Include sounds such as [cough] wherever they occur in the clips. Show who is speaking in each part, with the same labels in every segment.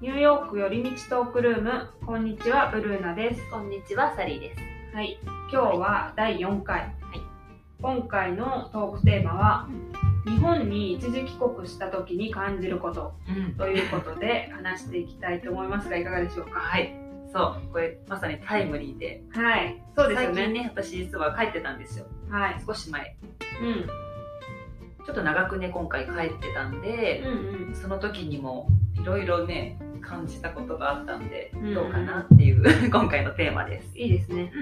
Speaker 1: 寄り道トークルームこんにちはブルーナです
Speaker 2: こんにちは、サリーです。
Speaker 1: はい今日は第4回、今回のトークテーマは日本に一時帰国した時に感じること
Speaker 2: うん。
Speaker 1: ということ [laughs] で話していきたいと思いますがいかがでしょうか
Speaker 2: はい。そう、これまさにタイムリーで。
Speaker 1: はいそうですよ
Speaker 2: 最近
Speaker 1: ね
Speaker 2: ね、私実は帰ってたんですよ。
Speaker 1: はい
Speaker 2: 少し前。
Speaker 1: うん
Speaker 2: ちょっと長くね、今回帰ってたんで、
Speaker 1: うん
Speaker 2: その時にもいろいろね、感じたことがあったんで、
Speaker 1: うん
Speaker 2: どうかなっていう [laughs] 今回のテーマです。
Speaker 1: いいですね、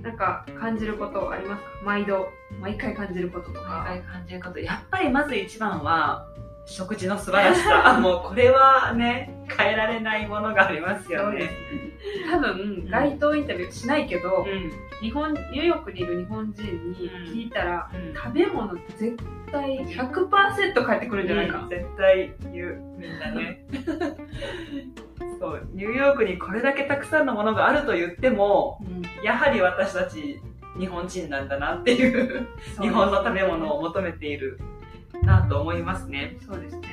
Speaker 1: なんか感じることありますか毎度毎回感じることとか
Speaker 2: 毎回感じること。やっぱりまず一番は、食事の素晴らしさ。
Speaker 1: [laughs]
Speaker 2: あもうこれはね、変えられないものがありますよね。
Speaker 1: 多分街頭インタビューしないけど、
Speaker 2: ん。
Speaker 1: 日本ニューヨークにいる日本人に聞いたら、
Speaker 2: うん
Speaker 1: 食べ物絶対100%返ってくるんじゃないか、
Speaker 2: 絶対言うみんなねそうニューヨークにこれだけたくさんのものがあると言ってもやはり私たち日本人なんだなっていう日本の食べ物
Speaker 1: を
Speaker 2: を求めているなと思いますね
Speaker 1: そうですね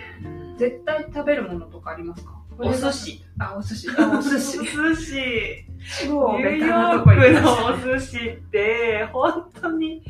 Speaker 1: 絶対食べるものとかありますか
Speaker 2: お寿司
Speaker 1: あお寿司あお寿 [laughs]
Speaker 2: お
Speaker 1: 司
Speaker 2: 寿司
Speaker 1: 超
Speaker 2: ニュー
Speaker 1: ベタ
Speaker 2: ヨ
Speaker 1: な
Speaker 2: ー
Speaker 1: とこ行きまし
Speaker 2: ク
Speaker 1: た
Speaker 2: のお寿司って本当に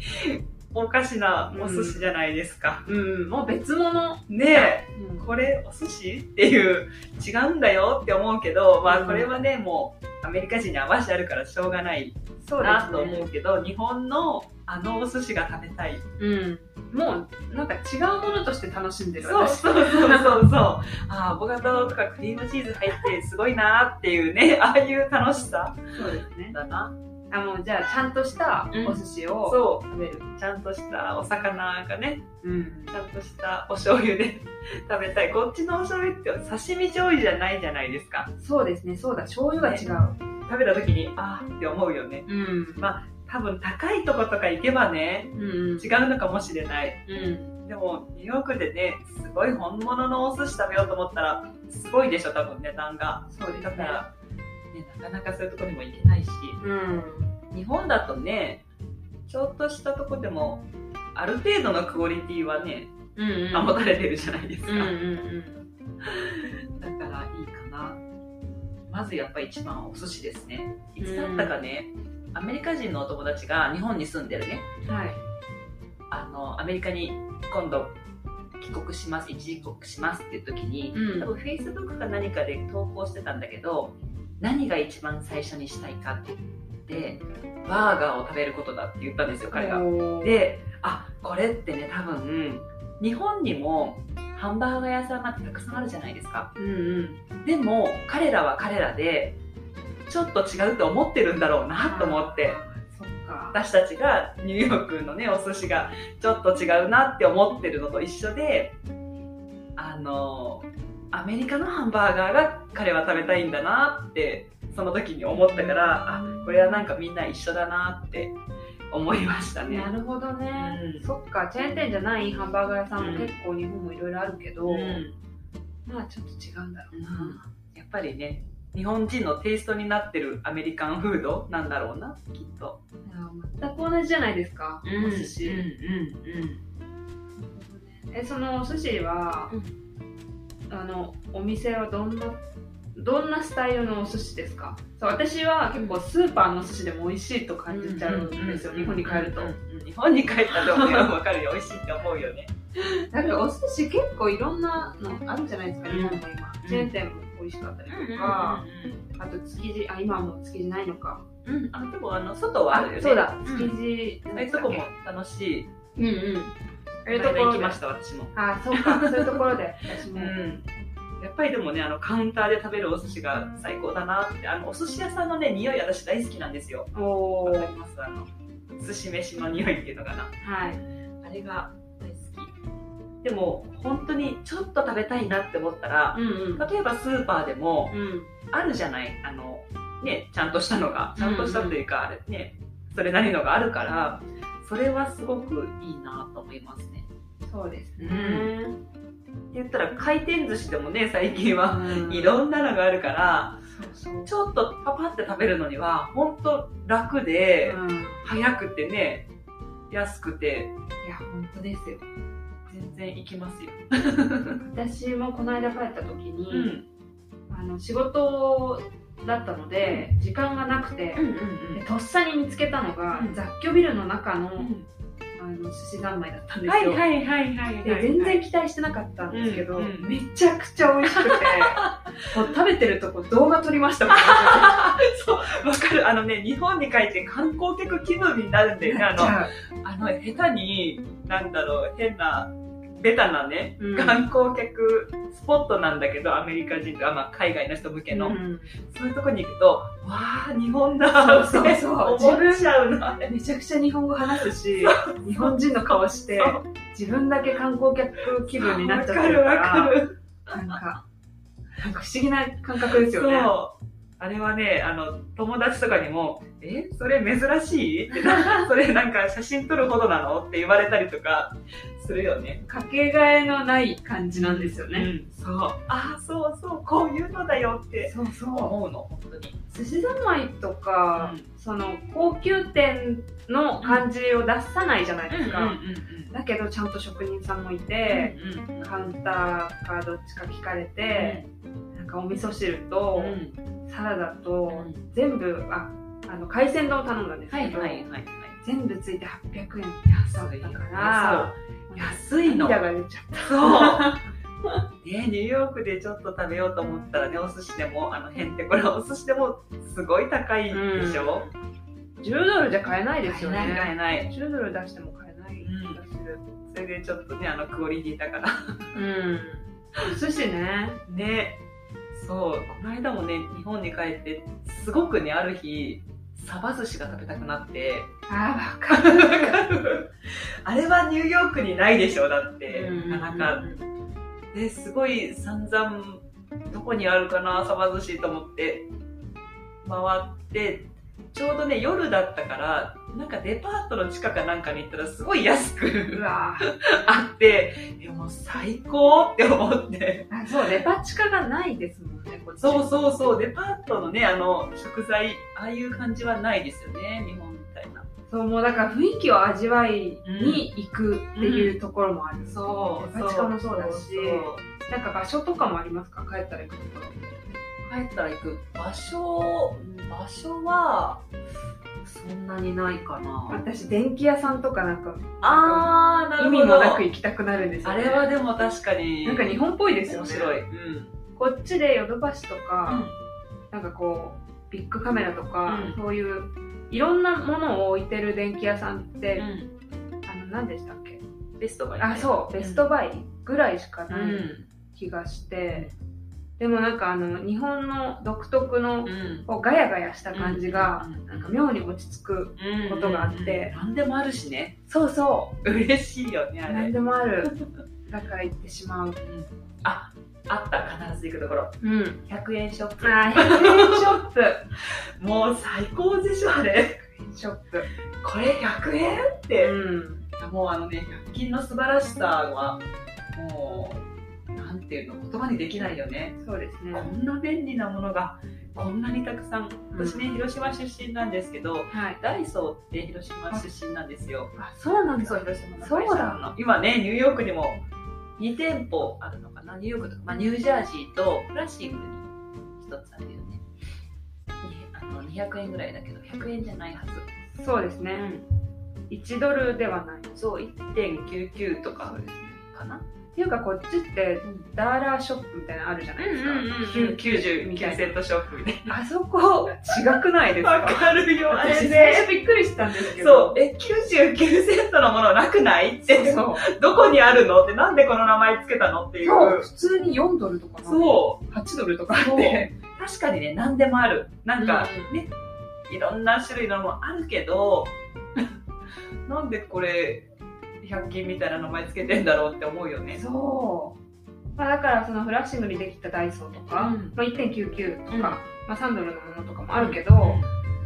Speaker 2: おかしなお寿司じゃないですか、
Speaker 1: うんもう別物、
Speaker 2: ねえ
Speaker 1: うん
Speaker 2: これお寿司っていう違うんだよって思うけど、ま
Speaker 1: う
Speaker 2: あ、
Speaker 1: ん
Speaker 2: これはね、もうアメリカ人に合わせてあるからしょうがない
Speaker 1: そうで
Speaker 2: なと
Speaker 1: すね
Speaker 2: 思うけど日本のあのお寿司が食べたい
Speaker 1: うんもうなんか違うものとして楽しんでる
Speaker 2: そう
Speaker 1: 私
Speaker 2: そうそうそうそうあ [laughs] あアボカドとかクリームチーズ入ってすごいなっていう [laughs] ねああいう楽しさ
Speaker 1: そうですね
Speaker 2: だな
Speaker 1: あもうじゃあちゃんとしたお寿司を
Speaker 2: そ
Speaker 1: 食べる、
Speaker 2: うちゃんとしたお魚がね
Speaker 1: うん
Speaker 2: ちゃんとしたお醤油で [laughs] 食べたいこっちのお醤油って刺身醤油じゃないじゃないですか
Speaker 1: そうですねそうだ醤油が違う、
Speaker 2: 食べた時にああって思うよね
Speaker 1: うん
Speaker 2: 多分高いとことか行けばね
Speaker 1: うんうん
Speaker 2: 違うのかもしれない
Speaker 1: うん
Speaker 2: でもニューヨークでねすごい本物のお寿司食べようと思ったらすごいでしょ多分値段が
Speaker 1: そうです
Speaker 2: だ
Speaker 1: ね
Speaker 2: から、ね、なかなかそういうとこにも行けないし
Speaker 1: うん
Speaker 2: 日本だとねちょっとしたとこでもある程度のクオリティはね
Speaker 1: うんうん
Speaker 2: 保たれてるじゃないですか、
Speaker 1: うんうんうん
Speaker 2: だからいいかなまずやっぱ一番はお寿司ですねいつだったかね、アメリカ人のお友達が日本に住んでるね
Speaker 1: はい
Speaker 2: あのアメリカに今度帰国します一時帰国しますっていう時に、
Speaker 1: うん
Speaker 2: 多分フェイスブックか何かで投稿してたんだけど何が一番最初にしたいかって言ってバーガーを食べることだって言ったんですよ彼が。
Speaker 1: おー
Speaker 2: であこれってね多分日本にもハンバーガー屋さんなんてたくさんあるじゃないですか。
Speaker 1: うんうん
Speaker 2: でも彼らは彼らでちょっと違うと思ってるんだろうなと思って。
Speaker 1: そっか
Speaker 2: 私たちがニューヨークのねお寿司がちょっと違うなって思ってるのと一緒であのアメリカのハンバーガーが彼は食べたいんだなってその時に思ったからあこれはなんかみんな一緒だなって思いましたね
Speaker 1: な。るほどね、
Speaker 2: うん
Speaker 1: そっかチェーン店じゃないハンバーガー屋さんも結構日本もいろいろあるけど、
Speaker 2: うん
Speaker 1: まあちょっと違うんだろうな、
Speaker 2: やっぱりね日本人のテイストになってるアメリカンフードなんだろうなきっと。
Speaker 1: いや全く同じじゃないですか、お寿司、
Speaker 2: うん
Speaker 1: えそのお寿司は、あのお店はどんなどんなスタイルのお寿司ですかそう私は結構スーパーのお寿司でも美味しいと感じちゃうんですよ、日本に帰ると、
Speaker 2: うん日本に帰ったらでもねわかるよ美味しいって思うよね。
Speaker 1: だけどお寿司結構いろんなのあるじゃないですか、
Speaker 2: うん
Speaker 1: 日本も今
Speaker 2: うん
Speaker 1: チェーン店も美味しかったりとか、あと築地あ今はもう築地ないのか
Speaker 2: うんうん、あでもあの外はあるよね
Speaker 1: そうだ
Speaker 2: 築地
Speaker 1: 築地
Speaker 2: ああいうとこも楽しい
Speaker 1: うんうんああいうとこ
Speaker 2: 前々
Speaker 1: ろ
Speaker 2: 行き
Speaker 1: で
Speaker 2: ました私も、
Speaker 1: あそう [laughs] かそういうところで私も、
Speaker 2: やっぱりでもねあのカウンターで食べるお寿司が最高だなってあのお寿司屋さんのね匂い私大好きなんですよ
Speaker 1: お
Speaker 2: わ
Speaker 1: ー
Speaker 2: かりますあの寿司飯の匂いっていうのかな
Speaker 1: はい
Speaker 2: あれが大好きでも本当にちょっと食べたいなって思ったら
Speaker 1: うんうん
Speaker 2: 例えばスーパーでも
Speaker 1: うん
Speaker 2: あるじゃないあのねちゃんとしたのがちゃんとしたというか、あれねそれなりのがあるからそれはすごくいいなと思いますね
Speaker 1: そうですね、
Speaker 2: って言ったら回転寿司でもね最近は
Speaker 1: うん
Speaker 2: いろんなのがあるから
Speaker 1: そうそう
Speaker 2: ちょっとパパって食べるのには本当楽で、
Speaker 1: うん、い
Speaker 2: 早くてね安くて
Speaker 1: や本当ですよ
Speaker 2: 全然行きますよ、
Speaker 1: 私もこの間帰った時に、
Speaker 2: うん、
Speaker 1: あの仕事だったので時間がなくて、
Speaker 2: うんうん
Speaker 1: でとっさに見つけたのが、
Speaker 2: うん
Speaker 1: 雑居ビルの中の,、
Speaker 2: うん
Speaker 1: あの寿司三昧だったん
Speaker 2: うん
Speaker 1: ですよ、
Speaker 2: いはいはい
Speaker 1: で全然期待してなかったんですけど、
Speaker 2: うんうん
Speaker 1: めちゃくちゃ美味しくてもう食べてるとこ動画撮りましたも
Speaker 2: [laughs]
Speaker 1: ん
Speaker 2: [laughs] そうわかるあのね日本に帰って観光客気分になるんだよねあの
Speaker 1: は
Speaker 2: あの下手になんだろう変なベタなね、
Speaker 1: うん
Speaker 2: 観光客スポットなんだけどアメリカ人とか、まあ、海外の人向け
Speaker 1: い
Speaker 2: の、
Speaker 1: うん
Speaker 2: そういうとこに行くとわあ日本だって
Speaker 1: そうそうそう
Speaker 2: 思っちゃうな
Speaker 1: めちゃくちゃ日本語話すし日本人の顔して
Speaker 2: そう
Speaker 1: 自分だけ観光客気分になっちゃって
Speaker 2: わか
Speaker 1: る
Speaker 2: る
Speaker 1: か
Speaker 2: わ
Speaker 1: ら
Speaker 2: かる
Speaker 1: なんかなんか不思議な感覚ですよね
Speaker 2: そう。あれはね、あの、友達とかにも、え、それ珍しいって、 [laughs] それなんか写真撮るほどなのって言われたりとかするよね。
Speaker 1: かけがえのない感じなんですよね、
Speaker 2: うん、そう。ああ、そうそう、こういうのだよって
Speaker 1: そうそう
Speaker 2: 思うの、本当に。
Speaker 1: 寿司三昧とか、その高級店の感じを出さないじゃないですか、だけどちゃんと職人さんもいて、
Speaker 2: うん
Speaker 1: カウンターかどっちか聞かれて、なんかお味噌汁とサラダと全部ああの海鮮丼を頼んだんです
Speaker 2: は
Speaker 1: け
Speaker 2: い
Speaker 1: ど、
Speaker 2: はいはい。
Speaker 1: 全部ついて800円だったから
Speaker 2: 安いそう安いの
Speaker 1: 涙が出ちゃっ
Speaker 2: そう。 [laughs] ね、ニューヨークでちょっと食べようと思ったらね、お寿司でも、あの、へんてこれお寿司でも、すごい高いでしょ、
Speaker 1: た10ドルじゃ買えないですよね
Speaker 2: 買えない買えない。
Speaker 1: 10ドル出しても買えない気がする
Speaker 2: それでちょっとね、あの、クオリティ高な。
Speaker 1: うん、お寿司ね
Speaker 2: ね。そう、この間もね、日本に帰って、すごくね、ある日、サバ寿司が食べたくなって。
Speaker 1: あ
Speaker 2: わかるあれはニューヨークにないでしょだって、なかなか。で、すごい散々、どこにあるかな、サバ寿司と思って、回って、ちょうどね、夜だったから、なんかデパートの地下かなんかに行ったら、すごい安
Speaker 1: う
Speaker 2: く
Speaker 1: わ
Speaker 2: あって、いやもう最高って思って。
Speaker 1: あそうデパ地下がないですもんねこっち
Speaker 2: そうそうそう、デパートのね、あの、食材、ああいう感じはないですよね、日本みたいな。
Speaker 1: そうもうだから雰囲気を味わいに行くっていうところもある、
Speaker 2: そ
Speaker 1: デパ地下もそうだし
Speaker 2: そう
Speaker 1: なんか場所とかもありますか帰ったら行くところ
Speaker 2: 帰ったら行く場所、場所は、そんなにないかな。
Speaker 1: 私電気屋さんとかなんか
Speaker 2: あー、な
Speaker 1: 意
Speaker 2: る
Speaker 1: 味
Speaker 2: ほ
Speaker 1: も
Speaker 2: ど。
Speaker 1: なく行きたくなるんですよ、
Speaker 2: あ
Speaker 1: ね、
Speaker 2: れはでも確かに、
Speaker 1: なんか日本っぽいですよ
Speaker 2: 面
Speaker 1: ね
Speaker 2: 白い。うん。
Speaker 1: こっちでヨドバシとか、なんかこうビッグカメラとか、
Speaker 2: うん
Speaker 1: そういういろんなものを置いてる電気屋さんって、
Speaker 2: うん
Speaker 1: あの何でしたっけ
Speaker 2: ベストがいいね。
Speaker 1: あそうベストバイぐらいしか
Speaker 2: う
Speaker 1: ない
Speaker 2: ん。
Speaker 1: 気がして、でもなんかあの日本の独特の
Speaker 2: うん。
Speaker 1: こうガヤガヤした感じが、
Speaker 2: うん
Speaker 1: なんか妙に落ち着く
Speaker 2: うん
Speaker 1: ことがあって
Speaker 2: うん何でもあるしね。
Speaker 1: そうそ
Speaker 2: 嬉しいよね、あれ。
Speaker 1: 何でもあるだから行ってしまう
Speaker 2: うんあ、あった、必ず行くところ。
Speaker 1: うん
Speaker 2: 100円ショップ。
Speaker 1: あー100円ショップ
Speaker 2: もう最高でしょ、あれ。
Speaker 1: 100円ショップ
Speaker 2: これ100円って。
Speaker 1: うん
Speaker 2: もうあのね、100均の素晴らしさは、もう、なんていうの、言葉にできないよね。
Speaker 1: そうですね
Speaker 2: こんな便利なものが、こんなにたくさん。
Speaker 1: うん
Speaker 2: 私ね、広島出身なんですけど、
Speaker 1: はい
Speaker 2: ダイソーって広島出身なんですよ。
Speaker 1: あそうなん
Speaker 2: そう、
Speaker 1: だ
Speaker 2: 広島の
Speaker 1: そう
Speaker 2: 会社
Speaker 1: だ
Speaker 2: なの。今ね、ニューヨークにも2店舗あるのかな、ニューヨークとか、まあ、ニュージャージーとフラッシングに一つあるよね。にあの200円ぐらいだけど、100円じゃないはず。
Speaker 1: そうですね1ドルではないっ
Speaker 2: そう、1.99とかかな。
Speaker 1: ていうかこっちってダーラーショップみたいなのあるじゃないですか、
Speaker 2: 9 90みたいなセットショップみたい
Speaker 1: あそこ違くないです
Speaker 2: な。
Speaker 1: か
Speaker 2: かるよ
Speaker 1: 私最初びっくりしたんですけ
Speaker 2: そう
Speaker 1: ど、
Speaker 2: え、99セントのものなくないって、
Speaker 1: そう
Speaker 2: どこにあるのって、なんでこの名前つけたのっていう。
Speaker 1: そう普通に4ドルとかな
Speaker 2: そう。
Speaker 1: 8ドルとかあって
Speaker 2: 確かにね何でもあるなんか
Speaker 1: う
Speaker 2: ね、いろんな種類のもあるけどなんでこれ100均みたいな名前つけてんだろうって思うよね
Speaker 1: そう、まあ、だからそのフラッシングにできたダイソーとか、
Speaker 2: うん
Speaker 1: まあ、1.99とか、
Speaker 2: うん
Speaker 1: まあ、3ドルのものとかもあるけど、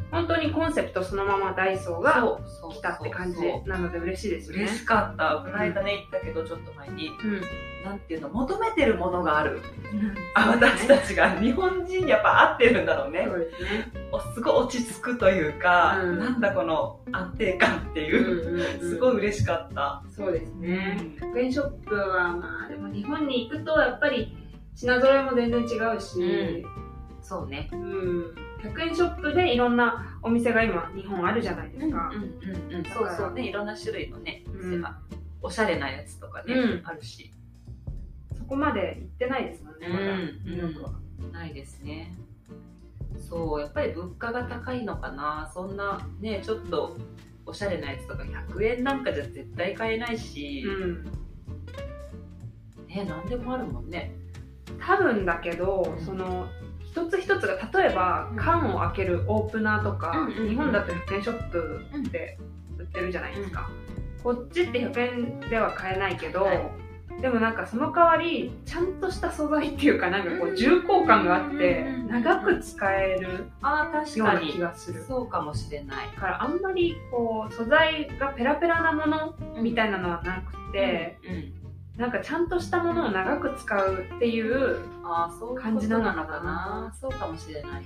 Speaker 1: 本当にコンセプトそのままダイソーが
Speaker 2: そう
Speaker 1: 来たって感じ
Speaker 2: そうそう
Speaker 1: なので嬉しいですよね
Speaker 2: 嬉しかったこの間ね行ったけどちょっと前に
Speaker 1: うん
Speaker 2: なんていうの求めてるものがある [laughs] あ私たちが日本人やっぱ合ってるんだろうね
Speaker 1: そうですね、
Speaker 2: おすごい落ち着くというか、
Speaker 1: うん
Speaker 2: なんだこの安定感っていう、すごい嬉しかった、
Speaker 1: そうですね
Speaker 2: うん
Speaker 1: 100円ショップはまあでも日本に行くとやっぱり品揃えも全然違うし、
Speaker 2: そうね。
Speaker 1: うん100円ショップでいろんなお店が今日本あるじゃないですか、
Speaker 2: うんうん。そうそうね。いろんな種類のね、
Speaker 1: うん
Speaker 2: おしゃれなやつとかね、
Speaker 1: うん
Speaker 2: あるし。
Speaker 1: そこまで行ってないですもんねまだ
Speaker 2: うん
Speaker 1: ニューヨークは
Speaker 2: ないですね。そう、やっぱり物価が高いのかな。そんな、ね、ちょっと、おしゃれなやつとか100円なんかじゃ絶対買えないし、
Speaker 1: うん
Speaker 2: ね、なんでもあるもんね。
Speaker 1: 多分だけど、
Speaker 2: うん
Speaker 1: その一つ一つが例えば
Speaker 2: うん
Speaker 1: 缶を開けるオープナーとか、
Speaker 2: うんうんうん
Speaker 1: 日本だと100円ショップで売ってるじゃないですか、こっちって100円では買えないけど、
Speaker 2: はい
Speaker 1: でもなんかその代わりちゃんとした素材っていうかなんかこ
Speaker 2: うん
Speaker 1: う重厚感があって
Speaker 2: うん
Speaker 1: 長く使える
Speaker 2: ああ、確
Speaker 1: ような
Speaker 2: か
Speaker 1: 気
Speaker 2: に。
Speaker 1: がする
Speaker 2: そうかもしれない。
Speaker 1: だからあんまりこう素材がペラペラなものみたいなのはなくて、
Speaker 2: うんうん
Speaker 1: なんかちゃんとしたものを長く使うっていう
Speaker 2: ああ、そういうこと
Speaker 1: 感じなのかな
Speaker 2: そうかもしれない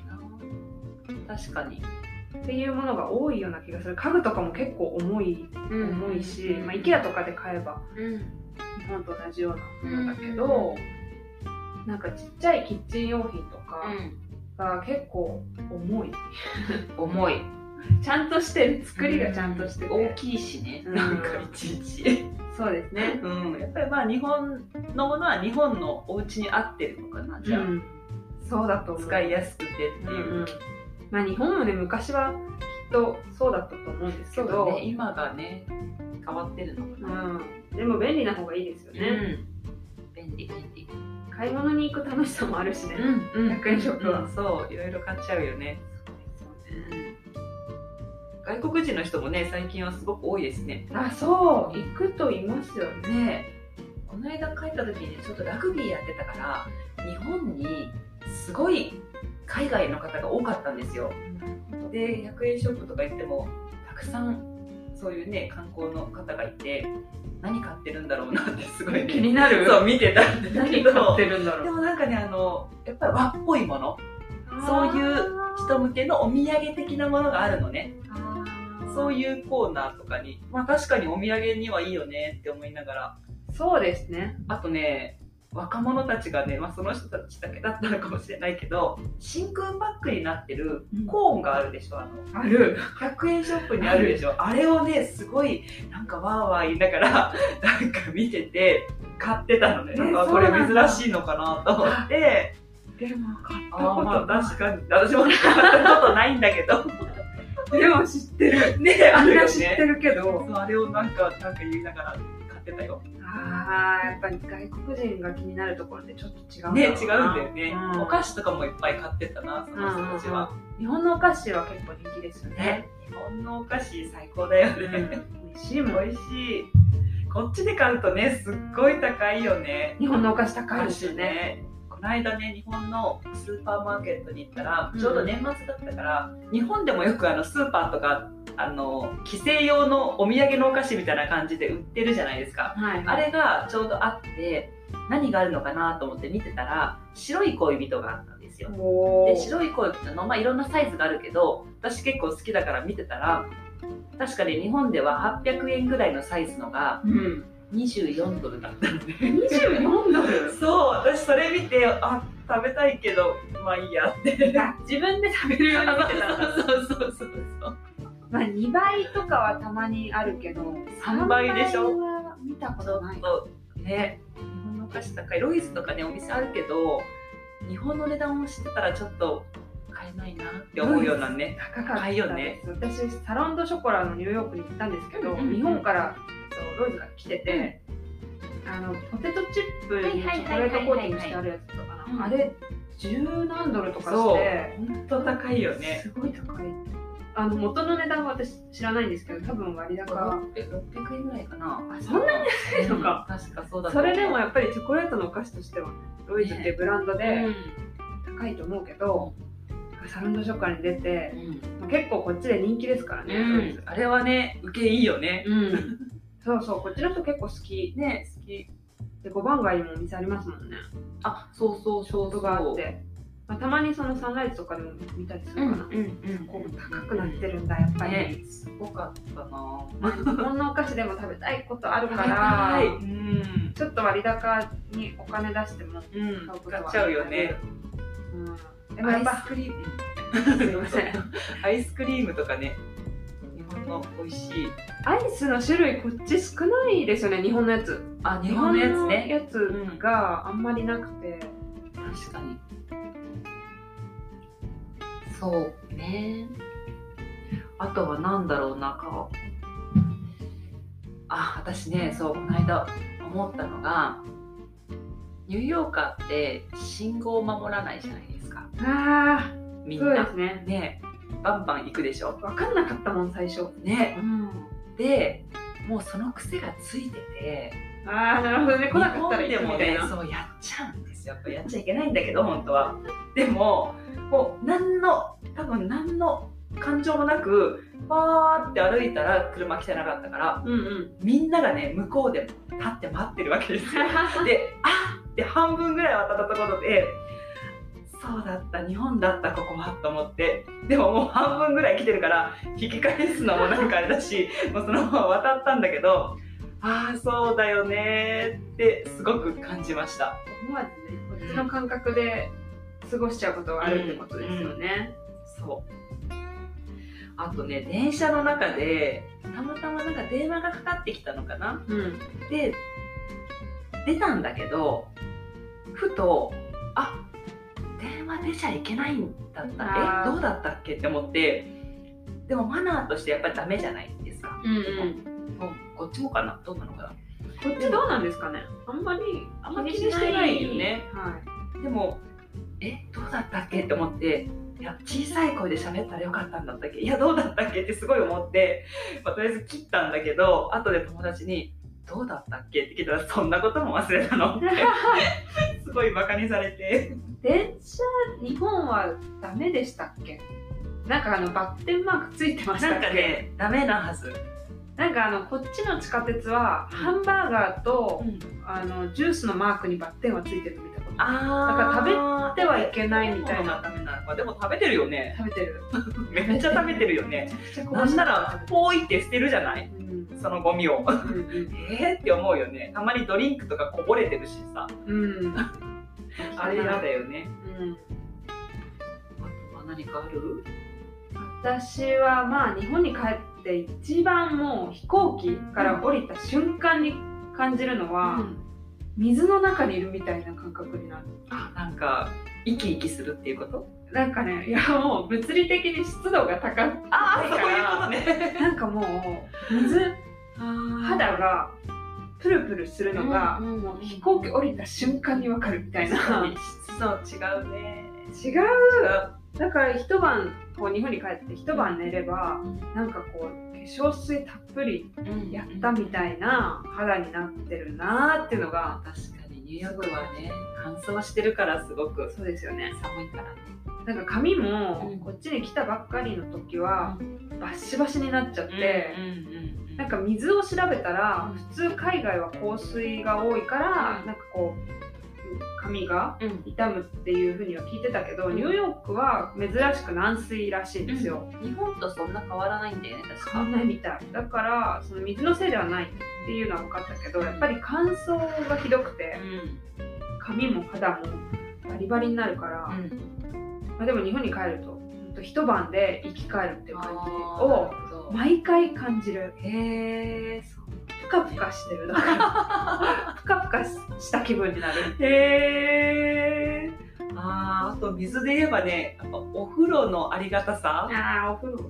Speaker 2: な。確かに。
Speaker 1: っていうものが多いような気がする家具とかも結構重い重いし、まあ、IKEA とかで買えば
Speaker 2: うん
Speaker 1: 日本と同じようなものだけど、なんかちっちゃいキッチン用品とかが結構重い
Speaker 2: 重い。
Speaker 1: ちゃんとしてる作りがちゃんとしてて、
Speaker 2: 大きいしね、なんかいちいち。
Speaker 1: そうですね
Speaker 2: うん、やっぱりまあ日本のものは日本のお家に合ってるのかな、じゃあ、
Speaker 1: うんそうだと思う
Speaker 2: 使いやすくてっていうう。
Speaker 1: んうんまあ日本もね昔はきっとそうだったと思うんですけ
Speaker 2: そう
Speaker 1: ど
Speaker 2: だね、今がね、変わってるのか
Speaker 1: う
Speaker 2: な。
Speaker 1: ん、でも便利な方がいいですよね、
Speaker 2: うん便利便利。
Speaker 1: 買い物に行く楽しさもあるしね、
Speaker 2: ん、うん
Speaker 1: 100円ショップは
Speaker 2: そう、いろいろ買っちゃうよね。外国人の人もね、最近はすごく多いですね。
Speaker 1: あそう行くと言いますよね
Speaker 2: ねこの間帰った時にちょっとラグビーやってたから日本にすごい海外の方が多かったんですよで100円ショップとか行ってもたくさんそういうね観光の方がいて何買ってるんだろうなってすごい、ね、 [laughs]
Speaker 1: 気になる
Speaker 2: そう見てたんだけ
Speaker 1: 何
Speaker 2: ど
Speaker 1: 買ってるんだ
Speaker 2: で
Speaker 1: ろう
Speaker 2: もなんかねあのやっぱり和っぽいものそういう人向けのお土産的なものがあるのね
Speaker 1: そ
Speaker 2: そうう
Speaker 1: いう
Speaker 2: いうコーナーとかにまあ確かにお土産にはいいよねって思いながら
Speaker 1: そうですね
Speaker 2: あとね、若者たちがね、まあ、その人たちだけだったのかもしれないけど、真空パックになってるコーンがあるでしょ、あの、
Speaker 1: ある
Speaker 2: 100円ショップにあるでしょ、あれをね、すごい、なんかわーわー言いながら、なんか見てて、買ってたのね。
Speaker 1: ね
Speaker 2: なんか
Speaker 1: そ
Speaker 2: こ
Speaker 1: う
Speaker 2: れ
Speaker 1: なんだ
Speaker 2: 珍しいのかなと思って、
Speaker 1: でも買った
Speaker 2: あー
Speaker 1: こ
Speaker 2: ま
Speaker 1: と
Speaker 2: あ確かに、私も買ったことないんだけど、
Speaker 1: でも知ってる
Speaker 2: [laughs] ね、あ
Speaker 1: み
Speaker 2: る
Speaker 1: ん
Speaker 2: よ
Speaker 1: な知って
Speaker 2: ね。
Speaker 1: るけど
Speaker 2: そうあれをなんか、なんか言いながら買ってたよ。
Speaker 1: あーやっぱり外国人が気になるところってちょっと違うん
Speaker 2: ね、
Speaker 1: だ
Speaker 2: 違
Speaker 1: ろ
Speaker 2: うんだ
Speaker 1: な
Speaker 2: よね
Speaker 1: う。ん
Speaker 2: お菓子とかもいっぱい買ってたな、その人たちは。
Speaker 1: 日本のお菓子は結構人気ですよね
Speaker 2: ね、日本のお菓子最高だよ
Speaker 1: うん
Speaker 2: ね、
Speaker 1: 美味しいもん
Speaker 2: 美味しいこっちで買うとねすっごい高いよね
Speaker 1: 日本のお菓子高いですよね
Speaker 2: この間ね日本のスーパーマーケットに行ったら
Speaker 1: うん
Speaker 2: ちょうど年末だったから、日本でもよくあのスーパーとかあの帰省用のお土産のお菓子みたいな感じで売ってるじゃないですか
Speaker 1: はい
Speaker 2: あれがちょうどあって何があるのかなと思って見てたら白い恋人があったんですよ
Speaker 1: お
Speaker 2: で
Speaker 1: ー
Speaker 2: 白い恋人の、まあ、いろんなサイズがあるけど私結構好きだから見てたら確かに日本では800円ぐらいのサイズのが
Speaker 1: うん
Speaker 2: 24ドルだったので
Speaker 1: 24ドル
Speaker 2: [laughs] そう私それ見てあ食べたいけどまあいいやって [laughs]
Speaker 1: 自分で食べるようになってたんだ
Speaker 2: そうそうそうそう
Speaker 1: [laughs] まあ2倍とかはたまにあるけど
Speaker 2: 三倍でしょ
Speaker 1: 三倍は見たこ
Speaker 2: ちょ
Speaker 1: と
Speaker 2: っ
Speaker 1: ない
Speaker 2: とね日本のお菓子高いロイズとかねお店あるけど日本の値段を知ってたらちょっと買えないなって思うようなね
Speaker 1: 高かった
Speaker 2: 高いよね
Speaker 1: です私サロンドショコラのニューヨークに行ったんですけど、
Speaker 2: うんうんうん
Speaker 1: 日本からえっとロイズが来てて、あのポテトチップにチョコレートコーティングしてあるやつとか
Speaker 2: うん
Speaker 1: なあれ十何ドルとか
Speaker 2: そ
Speaker 1: し
Speaker 2: う
Speaker 1: て
Speaker 2: 本当高いよね
Speaker 1: すごい高いあの元の値段は私知らないんですけど多分割高
Speaker 2: 600円ぐらいかな
Speaker 1: あそんなに安いのか、
Speaker 2: うん確かそうだと
Speaker 1: そ
Speaker 2: 思
Speaker 1: れ
Speaker 2: う
Speaker 1: でもやっぱりチョコレートのお菓子としてはロイズっていうブランドで、高いと思うけど、サランドショコラに出て、まあ結構こっちで人気ですからね、
Speaker 2: うん
Speaker 1: ドイツ
Speaker 2: あれはね受けいいよね、
Speaker 1: うん、そうそうこっちの人結構好き
Speaker 2: ね好き
Speaker 1: で5番街にもお店ありますもんね
Speaker 2: あそうそうそ
Speaker 1: こ
Speaker 2: うそ
Speaker 1: と
Speaker 2: う
Speaker 1: があってまあ、たまにそのサンライズとかでも見たりす
Speaker 3: うん
Speaker 1: る
Speaker 3: う
Speaker 1: か
Speaker 3: ん
Speaker 1: な、
Speaker 3: うん
Speaker 1: こう高くなってるんだやっぱり、
Speaker 2: ね、すごかったな
Speaker 1: まあ、日本のお菓子でも食べたいことあるから、
Speaker 2: はいうん
Speaker 1: ちょっと割高にお金出しても、
Speaker 2: うん
Speaker 1: 買うこと
Speaker 2: 買
Speaker 1: は
Speaker 2: っちゃうよね
Speaker 1: うん、でも
Speaker 2: ア
Speaker 1: やっ
Speaker 2: イ
Speaker 1: ぱ
Speaker 2: スクリーム
Speaker 1: すいません
Speaker 2: アイスクリームとかね日本の美味しい
Speaker 1: アイスの種類こっち少ないですよね日本のやつ
Speaker 2: あ日本のやつね
Speaker 1: 日本のやつがあんまりなくて、
Speaker 2: 確かに
Speaker 3: そうね
Speaker 2: あとは何だろうな顔あ私ねそうこの間思ったのがニューヨーカーって信号を守らないじゃないですか
Speaker 1: あ
Speaker 2: み
Speaker 1: あ
Speaker 2: ん
Speaker 1: そうで
Speaker 2: な
Speaker 1: すね
Speaker 2: ねバンバン行くでしょ
Speaker 1: 分かんなかったもん最初
Speaker 2: ね
Speaker 1: うん
Speaker 2: でもうその癖がついてて
Speaker 1: ああなるほどね来なかったら
Speaker 2: 日
Speaker 1: いいみた
Speaker 2: 本でも
Speaker 1: い
Speaker 2: ね
Speaker 1: な
Speaker 2: そうやっちゃうんですよやっぱやっちゃいけないんだけど本当はでももう何の多分何の感情もなくわーって歩いたら車来てなかったから
Speaker 1: うんうん
Speaker 2: みんながね向こうで立って待ってるわけですよであーって半分ぐらい渡ったところでそうだった日本だったここはと思ってでももう半分ぐらい来てるから引き返すのもなんかあれだし [laughs] もうそのまま渡ったんだけどああそうだよねーってすごく感じました
Speaker 1: [laughs] 思わずねこっちの感覚で過ごしちゃうことがあるってことですよね、
Speaker 2: そうあとね電車の中でたまたまなんか電話がかかってきたのかな
Speaker 1: うん
Speaker 2: で出たんだけどふとあ電話出ちゃいけないんだった
Speaker 1: あ
Speaker 2: え
Speaker 1: ー
Speaker 2: どうだったっけって思ってでもマナーとしてやっぱりダメじゃないですか
Speaker 1: うん
Speaker 2: もうこっちもかなどうなのかな
Speaker 1: こっちどうなんですかねあんまり
Speaker 2: あんま気にしてないよね
Speaker 1: はい
Speaker 2: でもえどうだったっけって思っていや小さい声で喋ったらよかったんだったっけいやどうだったっけってすごい思って、まあ、とりあえず切ったんだけど後で友達に「どうだったっけ?」って聞いたら「そんなことも忘れ
Speaker 1: [laughs]
Speaker 2: たの」って [laughs] すごいバカにされて。
Speaker 1: 電車日本はダメでしたっけなんかあのバッテンマークついてましたっけ
Speaker 2: なんかね、ダメなはず。
Speaker 1: なんかあのこっちの地下鉄はハンバーガーと、
Speaker 2: ん、
Speaker 1: あのジュースのマークにバッテンはついてるの見たことあ
Speaker 2: あ
Speaker 1: だ
Speaker 2: ー
Speaker 1: ってはいけないみたいな
Speaker 2: ダメなのか。でも食べてるよね。
Speaker 1: 食べてる
Speaker 2: めっちゃ食べてるよ
Speaker 1: め
Speaker 2: ね。
Speaker 1: ちゃくちゃこぼ
Speaker 2: なん
Speaker 1: し
Speaker 2: なら、ポーイって捨てるじゃない
Speaker 1: うんうん
Speaker 2: そのゴミを。
Speaker 1: うん
Speaker 2: えーって思うよね。たまにドリンクとかこぼれてるしさ。
Speaker 1: うん
Speaker 2: あれ嫌だよね。
Speaker 1: うん
Speaker 2: あとは何かある
Speaker 1: 私はまあ日本に帰って一番もう飛行機から降りた瞬間に感じるのは、水の中にいるみたいな感覚になる
Speaker 2: あ、なんか、生き生きするっていうこと
Speaker 1: なんかねいやもう物理的に湿度が高く
Speaker 2: あ
Speaker 1: ー
Speaker 2: そういうことね。
Speaker 1: なんかもう水肌がプルプルするのが、
Speaker 3: うんうん
Speaker 1: もう飛行機降りた瞬間にわかるみたいな
Speaker 2: 湿度違うね。
Speaker 1: 違うだから一晩こう日本に帰って一晩寝ればなんかこう化粧水たっぷりやったみたいな肌になってるなーっていうのが
Speaker 2: 確かにニューヨークはね、乾燥してるからすごく
Speaker 1: そうですよね
Speaker 2: 寒いからね。
Speaker 1: なんか髪も
Speaker 3: うん
Speaker 1: こっちに来たばっかりの時はバッシバシになっちゃって、
Speaker 2: うんうんうん、
Speaker 1: なんか水を調べたら普通海外は香水が多いから、
Speaker 2: うん
Speaker 1: なんかこう髪が痛むっていうふうには聞いてたけど、
Speaker 3: うん
Speaker 1: ニューヨークは珍しく軟水らしいんですよ、
Speaker 3: 日本とそんな変わらないんだよね確
Speaker 1: 変わんないみたいだからその水のせいではないっていうのは分かったけどやっぱり乾燥がひどくて髪も肌もバリバリになるから、
Speaker 3: うん
Speaker 1: まあ、でも日本に帰るとほんと一晩で生き返るっていう感じ
Speaker 2: あ
Speaker 1: を
Speaker 2: ー
Speaker 1: 毎回感じる
Speaker 2: へえそう
Speaker 1: プカプカしてるだからプカプカしした気分になる
Speaker 2: へえあーあと水で言えばねやっぱお風呂のありがたさ、ね、
Speaker 1: ああお風呂か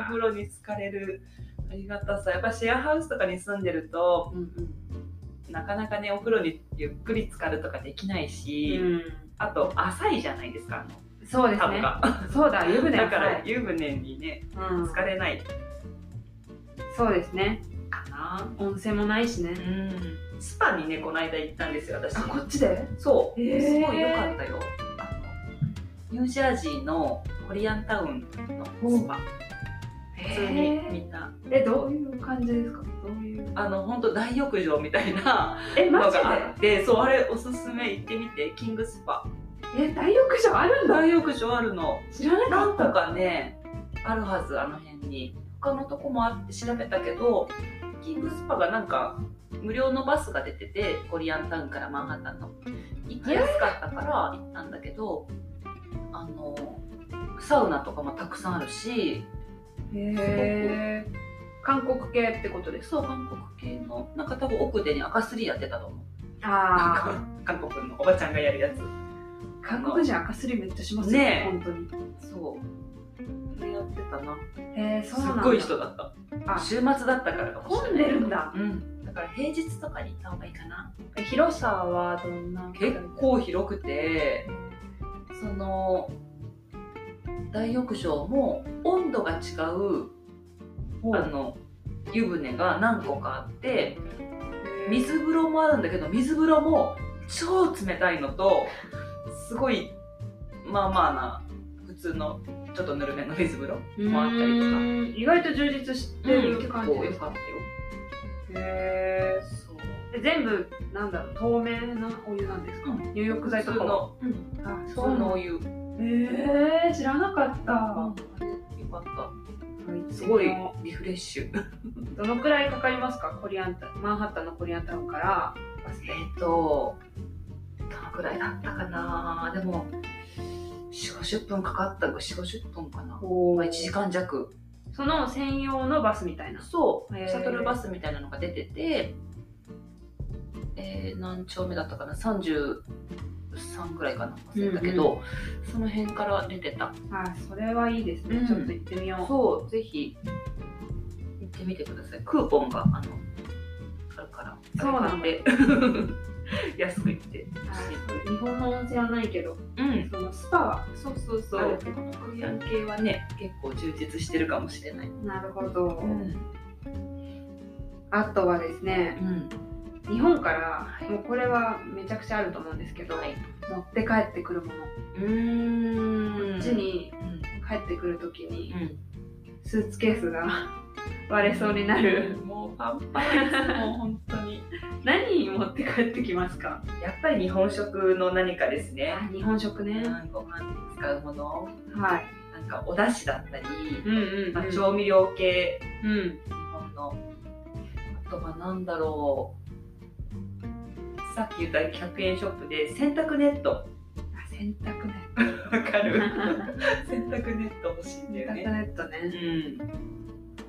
Speaker 2: お風呂に浸かれるありがたさやっぱシェアハウスとかに住んでると
Speaker 1: うんうん
Speaker 2: なかなかねお風呂にゆっくり浸かるとかできないし、
Speaker 1: う
Speaker 2: あと浅いじゃないですか
Speaker 1: ん、そう
Speaker 2: あ
Speaker 1: です
Speaker 2: のタブ
Speaker 1: ね
Speaker 2: が、
Speaker 1: そうだ湯船
Speaker 2: だか
Speaker 1: は
Speaker 2: ら
Speaker 1: い
Speaker 2: 湯船にね
Speaker 1: うん
Speaker 2: 浸かれない
Speaker 1: そうですね
Speaker 2: かな、
Speaker 1: 温泉もないしね
Speaker 2: うん、スパにねこの間行ったんですよ私
Speaker 1: あこっちで
Speaker 2: そう、
Speaker 1: へー
Speaker 2: すごい良かったよあのニュージャージーのコリアンタウンのスパ普通に見た
Speaker 1: えどういう感じですかどういう
Speaker 2: あの本当大浴場みたいな
Speaker 1: え
Speaker 2: の
Speaker 1: マジで
Speaker 2: があってそうあれおすすめ行ってみてキングスパ
Speaker 1: え大浴場あるんだ
Speaker 2: 大浴場あるの
Speaker 1: 知らな
Speaker 2: 何
Speaker 1: か
Speaker 2: 個
Speaker 1: っ
Speaker 2: かねあるはずあの辺に他のとこもあって調べたけどキングスパがなんか無料のバスが出ててコリアンタウンからマンハッタンの行きやすかったから行ったんだけどあのサウナとかもたくさんあるし
Speaker 1: たへえ韓国系ってことです
Speaker 2: そう韓国系のなんか多分奥でに赤スリーやってたと思うなん
Speaker 1: あ
Speaker 2: か韓国のおばちゃんがやるやつ
Speaker 1: あ韓国人赤すりめっちゃしますよ
Speaker 2: ねえ
Speaker 1: 本当に
Speaker 2: そう。やってたな。
Speaker 1: へえそう
Speaker 2: す
Speaker 1: なん
Speaker 2: っ
Speaker 1: だ
Speaker 2: ごい人だった。
Speaker 1: あ
Speaker 2: 週末だったからかもしれない。
Speaker 1: 混んでるんだ。
Speaker 2: うん。だから平日とかに行った方がいいかな。
Speaker 1: 広さはどんな
Speaker 2: 結構広くて、その、大浴場も温度が違う、
Speaker 1: ほう
Speaker 2: あの、湯船が何個かあって、水風呂もあるんだけど、水風呂も超冷たいの [laughs] と、すごい、まあまあな、普通のちょっとぬるめの水風呂もあったりとか。
Speaker 1: とか意外と充実してるって感じですか、
Speaker 2: かった
Speaker 1: へ
Speaker 2: よそう
Speaker 1: えで全部なんだろう透明なお湯なんですか、
Speaker 2: うん
Speaker 1: 入浴剤とかも
Speaker 2: うん
Speaker 1: あ
Speaker 2: 普通のお湯
Speaker 1: へえ知らなかった、
Speaker 2: あれよかっ
Speaker 1: はい
Speaker 2: たすごいリフレッシュ
Speaker 1: どのくらいかかりますかコリアンタマンハッタンのコリアンタウンからバスで
Speaker 2: [laughs] えっとどのくらいだったかなでも450分かかった450分かな
Speaker 1: こ
Speaker 2: 1時間弱
Speaker 1: その専用のバスみたいな
Speaker 2: そうシ
Speaker 1: へー
Speaker 2: ャトルバスみたいなのが出ててえー何丁目だったかな33ぐらいかな忘れたけど、その辺から出てた
Speaker 1: あそれはいいですね、
Speaker 2: うん
Speaker 1: ちょっと行ってみよう
Speaker 2: そう、ぜひ行ってみてください。クーポンがあのあるから、
Speaker 1: そうなの
Speaker 2: んで [laughs] 安く行ってほしいと
Speaker 1: 日
Speaker 2: いう。
Speaker 1: 本の温泉はないけど
Speaker 2: うん、
Speaker 1: そのスパは
Speaker 2: そうそうそ
Speaker 1: ある
Speaker 2: う
Speaker 1: って。ことか
Speaker 2: コリアン系はね、結構充実してるかもしれない。
Speaker 1: なるほど、
Speaker 2: ん、
Speaker 1: あとはですね
Speaker 2: うん、
Speaker 1: 日本から
Speaker 2: はい
Speaker 1: もうこれはめちゃくちゃあると思うんですけど、
Speaker 2: はい。
Speaker 1: 持って帰ってくるものこ
Speaker 2: うーん。
Speaker 1: っちに
Speaker 2: うん、
Speaker 1: 帰ってくるときに
Speaker 2: うん、
Speaker 1: スーツケースが [laughs] 割れそうになる
Speaker 2: もうパンパンです。もう本当に。
Speaker 1: 何持って帰ってきますか
Speaker 2: [laughs] やっぱり日本食の何かですね。
Speaker 1: あ日本食ね、
Speaker 2: うんご飯に使うもの、
Speaker 1: はい
Speaker 2: なんかお出汁だったり、
Speaker 1: うんうんうん
Speaker 2: まあ、調味料系。
Speaker 1: うん
Speaker 2: 日本のあとは何だろうさっき言った100円ショップで洗濯ネット
Speaker 1: あ洗濯 [laughs] ネ
Speaker 2: わかる
Speaker 1: ット
Speaker 2: 洗濯ネット欲しいんだよ
Speaker 1: 洗
Speaker 2: ね
Speaker 1: 濯ネット
Speaker 2: う
Speaker 1: ね
Speaker 2: ん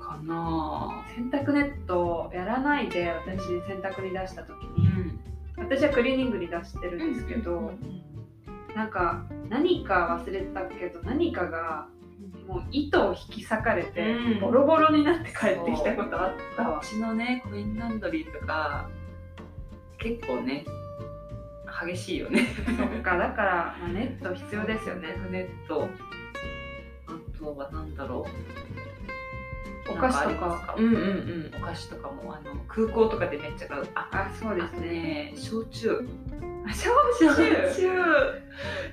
Speaker 2: かな
Speaker 1: 洗濯ネットをやらないで私洗濯に出した時
Speaker 2: ぁ
Speaker 1: に私はクリーニングに出してるんですけど、なんか何か忘れたけど何かがもう糸を引き裂かれて、
Speaker 2: うん
Speaker 1: ボロボロになって帰ってきたことあったわ
Speaker 2: うちのねコインランドリーとか結構ね激しいよね
Speaker 1: そっかだから、まあ、ネット必要ですよね
Speaker 2: 洗濯ネットあとは何だろう
Speaker 1: お菓子と
Speaker 2: なんあります
Speaker 1: か
Speaker 2: うんうんうんお菓子とかもあの空港とかでめっちゃ買うあ
Speaker 1: あそうで
Speaker 2: あ
Speaker 1: す
Speaker 2: と
Speaker 1: ね
Speaker 2: ね焼酎
Speaker 1: あ焼酎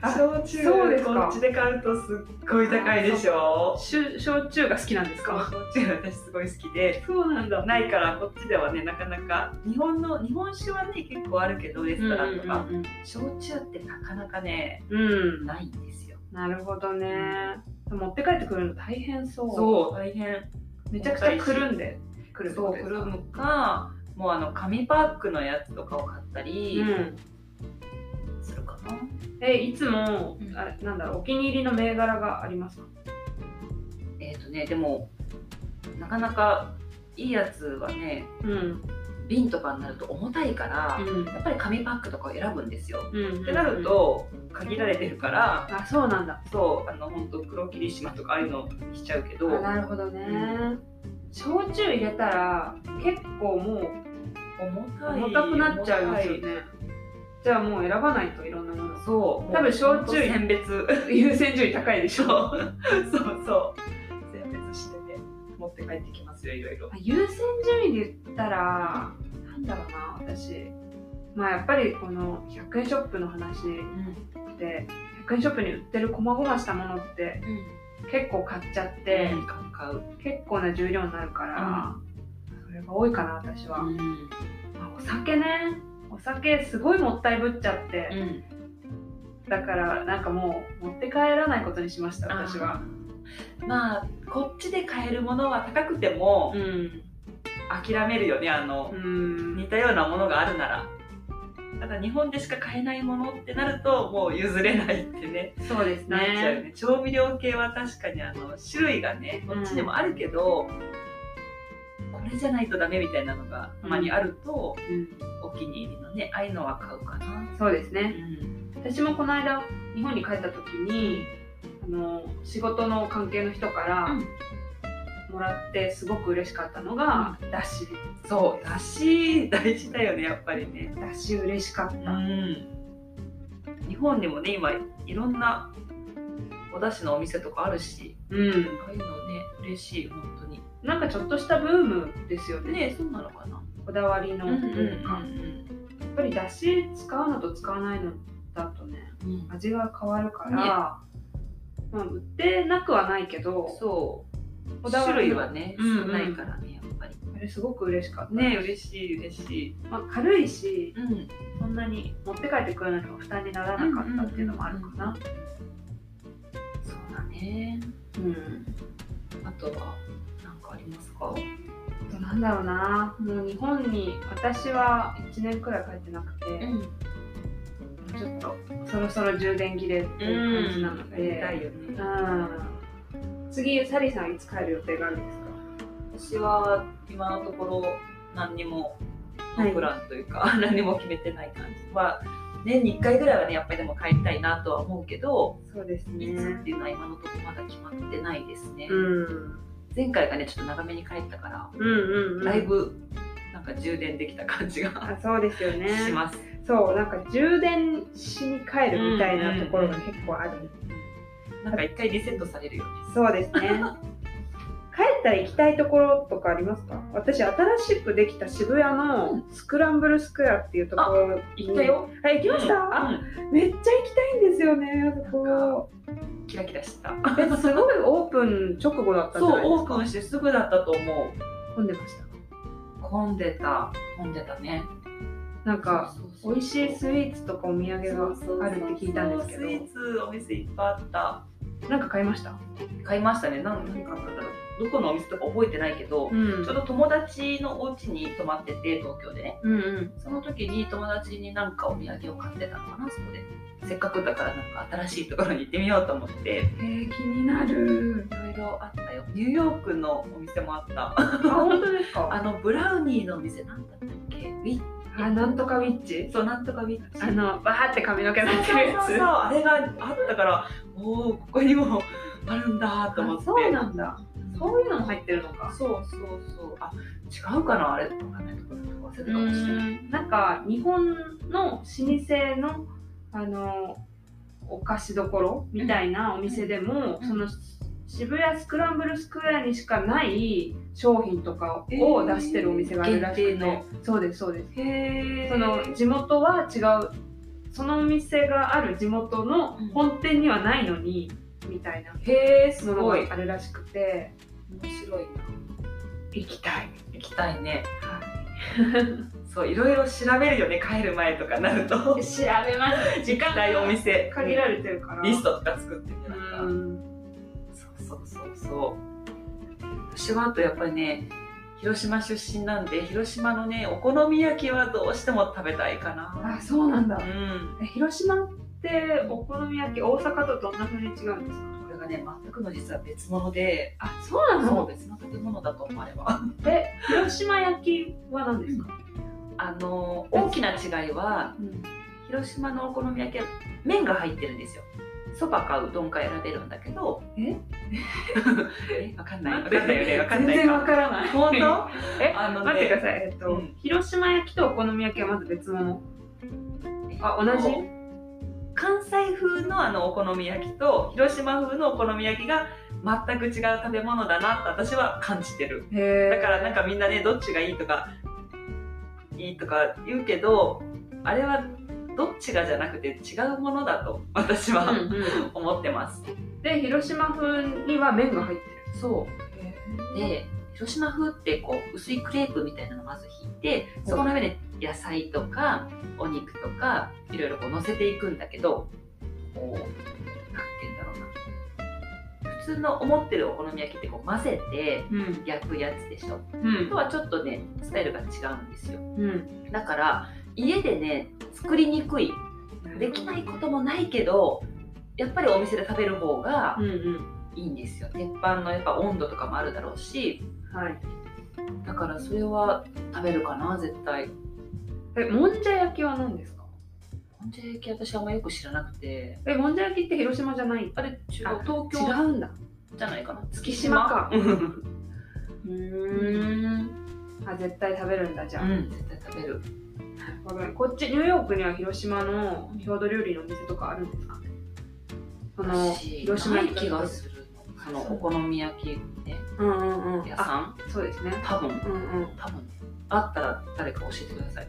Speaker 1: あ
Speaker 2: 焼酎
Speaker 1: そうですか
Speaker 2: こっちで買うとすっごい高いでしょ
Speaker 1: しゅ焼酎が好きなんです
Speaker 2: そう
Speaker 1: か
Speaker 2: 焼酎私すごい好きで
Speaker 1: そうなんだ
Speaker 2: ないからこっちではねなかなか日本の日本酒はね結構あるけどレ
Speaker 1: うん
Speaker 2: ス
Speaker 1: う
Speaker 2: ト
Speaker 1: ん
Speaker 2: ランとか、
Speaker 1: うん
Speaker 2: 焼酎ってなかなかね
Speaker 1: うん
Speaker 2: ないんですよ
Speaker 1: なるほどね持って帰ってくるの大変そう
Speaker 2: そう大変
Speaker 1: めちゃくちゃくるんでくるって
Speaker 2: そ
Speaker 1: こ
Speaker 2: う
Speaker 1: とで
Speaker 2: く
Speaker 1: す
Speaker 2: る
Speaker 1: か
Speaker 2: むかもうあの紙パックのやつとかを買ったり
Speaker 1: うん
Speaker 2: するかな、
Speaker 1: えいつも
Speaker 2: うん
Speaker 1: あなんだろうお気に入りの銘柄がありますか
Speaker 2: えっ、とねでもなかなかいいやつはね
Speaker 1: うん
Speaker 2: 瓶とかになると重たいから、
Speaker 1: うん
Speaker 2: やっぱり紙パックとかを選ぶんですよ。
Speaker 1: うん
Speaker 2: ってなると限られてるから
Speaker 1: あそうなんだ
Speaker 2: そうあの本当黒霧島とかああいうのしちゃうけ
Speaker 1: あ
Speaker 2: ど
Speaker 1: なるほどね、
Speaker 2: う
Speaker 1: 焼酎入れたら結構もう
Speaker 2: 重たい
Speaker 1: 重たくなっちゃいますよ
Speaker 2: 重
Speaker 1: ねじゃあもう選ばないといろんなもの
Speaker 2: たいそう
Speaker 1: 多分焼酎
Speaker 2: もう選別
Speaker 1: 優先順位高いでし
Speaker 2: [laughs] そう
Speaker 1: ょ
Speaker 2: そうそう選別してね持って帰ってきますよいろいろ
Speaker 1: あ優先順位で言ったらなんだろうな私まあやっぱりこの100円ショップの話
Speaker 2: うん
Speaker 1: で100円ショップに売ってる細々したものって結構買っちゃって、
Speaker 2: で買う
Speaker 1: 結構な重量になるから、それが多いかな私は、
Speaker 2: うん
Speaker 1: あお酒ねお酒すごいもったいぶっちゃって、だからなんかもう持って帰らないことにしました私は
Speaker 2: まあこっちで買えるものは高くても
Speaker 1: うん
Speaker 2: 諦めるよねあの
Speaker 1: う、ん
Speaker 2: 似たようなものがあるならただ日本でしか買えないものってなるともう譲れないってね
Speaker 1: そうです
Speaker 2: なっちゃう
Speaker 1: ね
Speaker 2: よね調味料系は確かにあの種類がねこっちでもあるけど、これじゃないとダメみたいなのがたまにあると、
Speaker 1: う
Speaker 2: お気に入りのねああいうのは買うかな、
Speaker 1: んそうですね
Speaker 2: うん
Speaker 1: 私もこの間日本に帰った時にあの仕事の関係の人から
Speaker 2: うん
Speaker 1: もらってすごく嬉しかったのが、だし
Speaker 2: そうだし大事だよねやっぱりね
Speaker 1: だし嬉しかった、
Speaker 2: うん、日本にもね今いろんなお出汁のお店とかあるし
Speaker 1: うん、
Speaker 2: ああいうのね嬉しい本当に
Speaker 1: なんかちょっとしたブームですよね
Speaker 2: ねそうなのかな
Speaker 1: こだわりの
Speaker 2: う
Speaker 1: 文化、やっぱりだし使うのと使わないのだとね
Speaker 2: うん
Speaker 1: 味が変わるから、まあ、売ってなくはないけど
Speaker 2: そう
Speaker 1: こだわ
Speaker 2: 種
Speaker 1: り
Speaker 2: 類
Speaker 1: の
Speaker 2: はね少
Speaker 1: うんうん
Speaker 2: ないからねやっぱり
Speaker 1: あれすごく嬉しかった、
Speaker 2: ね嬉しい嬉しい
Speaker 1: まあ、軽いし
Speaker 2: うん
Speaker 1: そんなに持って帰ってくるのにも負担にならなかったっていうのもあるかな、
Speaker 3: そうだね
Speaker 1: うん、
Speaker 3: あとは何かありますか
Speaker 1: あとなんだろうなもう日本に私は1年くらい帰ってなくて、
Speaker 3: ん
Speaker 1: ちょっとそろそろ充電切れっていう感じなの
Speaker 2: やりた
Speaker 1: で、
Speaker 2: いよね
Speaker 1: うん、次サリーさんいつ帰る予定があるんですか
Speaker 2: 私は今のところ何にも
Speaker 1: はい
Speaker 2: プランというか、 [laughs] 何も決めてない感じまあ年に1回ぐらいはねやっぱりでも帰りたいなとは思うけど、
Speaker 1: そうですね
Speaker 2: いつっていうのは今のところまだ決まってないですね、
Speaker 1: うん
Speaker 2: 前回がねちょっと長めに帰ったから、
Speaker 1: うんうん
Speaker 2: だいぶなんか充電できた感じが
Speaker 1: あそうですよね
Speaker 2: します、
Speaker 1: そうなんか充電しに帰るみたいなところが結構ある、
Speaker 2: なんか一回リセットされるよね
Speaker 1: そうですね
Speaker 2: [laughs]
Speaker 1: 帰ったら行きたいところとかありますか私新しくできた渋谷のスクランブルスクエアっていうところに
Speaker 2: 行ったよ、
Speaker 1: あ行きました、
Speaker 2: うん
Speaker 1: めっちゃ行きたいんですよねあそこ
Speaker 2: キラキラした
Speaker 1: えすごいオープン直後だったんじゃ
Speaker 2: そ
Speaker 1: な
Speaker 2: う
Speaker 1: いで
Speaker 2: オ
Speaker 1: す
Speaker 2: ー
Speaker 1: か
Speaker 2: プンしてすぐだったと思
Speaker 1: 混んでました
Speaker 2: う混んでた混んでたね
Speaker 1: なんか美味しい
Speaker 2: イ
Speaker 1: スイーツとかお土産があるって聞いたんですけ
Speaker 2: スイ
Speaker 1: ど
Speaker 2: ーツお店いっぱいあった
Speaker 1: なんか買いました
Speaker 2: 買いましたねなん何買ったんだろうどこのお店とか覚えてないけど、
Speaker 1: うん
Speaker 2: ちょうど友達のお家に泊まってて東京でね
Speaker 1: うんうん
Speaker 2: その時に友達になんかお土産を買ってたのかなそこでせっかくだからなんか新しいところに行ってみようと思ってい
Speaker 1: えー、気にな
Speaker 2: [laughs]
Speaker 1: る
Speaker 2: ろいろあったよニューヨークのお店もあった
Speaker 1: あ本当ですか
Speaker 2: あのブラウニーのお店なんだったっけウィッ
Speaker 1: あなんとかウィッチ
Speaker 2: そうなんとかウィッチ
Speaker 1: あのバーって髪の毛
Speaker 2: そ
Speaker 1: な
Speaker 2: う
Speaker 1: ってるや
Speaker 2: そう
Speaker 1: つ
Speaker 2: そうあれがあったからおおここにもあるんだと思って
Speaker 1: あそうなんだ
Speaker 2: そう
Speaker 1: そういうのも入ってるのか
Speaker 2: そうそうそうあ違うかなあれわかんないところとか忘れたかもしれない
Speaker 1: なんか日本の老舗のあのお菓子どころみたいなお店でも、
Speaker 2: うん
Speaker 1: その渋谷スクランブルスクエアにしかない商品とかを出してるお店があるらしくて、
Speaker 2: えー限定の
Speaker 1: そうですそうです
Speaker 2: へえ
Speaker 1: その地元は違うそのお店がある地元の本店にはないのに、みたいな
Speaker 2: へえす
Speaker 1: もの
Speaker 2: ごい面
Speaker 1: があるらしくて
Speaker 2: 白いな
Speaker 1: 行きたい、
Speaker 2: 行きたいねそういろいろ調べるよね帰る前とかなると行
Speaker 1: 調べます
Speaker 2: きたいお店
Speaker 1: 限られてるから
Speaker 2: リストとか作ってね
Speaker 1: う
Speaker 2: なんか
Speaker 1: ん
Speaker 2: そうそうそうそう私はあとやっぱりね広島出身なんで広島のねお好み焼きはどうしても食べたいかな
Speaker 1: あそうなんだ
Speaker 2: うん
Speaker 1: え広島ってお好み焼き大阪とどんな風に違うんですか
Speaker 2: これがね全くの実は別物で
Speaker 1: あそうな
Speaker 2: そう
Speaker 1: の
Speaker 2: 別の食べ物だと思われば
Speaker 1: え広島焼きは何ですか、
Speaker 2: あの大きな違いは
Speaker 1: うん
Speaker 2: 広島のお好み焼きは麺が入ってるんですよそばかうどんか選べるんだけど
Speaker 1: え
Speaker 2: [laughs] えわかんないわかんないよねわかんない
Speaker 1: 全然わからない
Speaker 2: 本当
Speaker 1: [laughs] え
Speaker 2: あのね
Speaker 1: 待ってくださいえっと、
Speaker 2: うん
Speaker 1: 広島焼きとお好み焼きはまず別物あ同じ
Speaker 2: 関西風のあのお好み焼きと広島風のお好み焼きが全く違う食べ物だなって私は感じてる
Speaker 1: へ
Speaker 2: だからなん
Speaker 1: か
Speaker 2: かみんなねどっちがいいとかいいとか言うけどあれはどっちがじゃなくて違うものだと私は
Speaker 1: うんう
Speaker 2: 思ってます、
Speaker 1: ん、で広島風には麺が入ってる
Speaker 2: そうで広島風ってこう薄いクレープみたいなのをまず引いてそこの上で野菜とかお肉とかいろいろこう乗せていくんだけどこうなんて言うんだろうな普通の思ってるお好み焼きってこう混ぜて
Speaker 1: うん
Speaker 2: 焼くやつでしょ
Speaker 1: う
Speaker 2: と
Speaker 1: ん
Speaker 2: はちょっとねスタイルが違うんですよ
Speaker 1: うん
Speaker 2: だから家でね作りにくいできないこともないけどやっぱりお店で食べる方が
Speaker 1: うんうん
Speaker 2: いいんですよ鉄板のやっぱ温度とかもあるだろうし
Speaker 1: はい
Speaker 2: だからそれは食べるかな絶対
Speaker 1: えもんじゃ焼きは何ですか
Speaker 2: ポンジェ焼き私あんまよく知らなくて
Speaker 1: えもんじゃ焼きって広島じゃない
Speaker 2: あれ中
Speaker 1: あ
Speaker 2: 東
Speaker 1: 違
Speaker 2: 京
Speaker 1: うんだ
Speaker 2: じゃないかな
Speaker 1: 月島か
Speaker 2: うん
Speaker 1: うーんあ絶対食べるんだじゃあ、
Speaker 2: うん絶対食べる
Speaker 1: わかるこっちニューヨークには広島の郷土料理のお店とかあるんですかねその
Speaker 2: 私
Speaker 1: 広島
Speaker 2: な
Speaker 1: 行
Speaker 2: い
Speaker 1: った
Speaker 2: 気が
Speaker 1: 時
Speaker 2: するそのお好み焼き、ね、
Speaker 1: うんうんうん
Speaker 2: 屋
Speaker 1: あ
Speaker 2: さん
Speaker 1: そうですね
Speaker 2: 多分
Speaker 1: うんうん
Speaker 2: 多分ねあったら誰か教えてください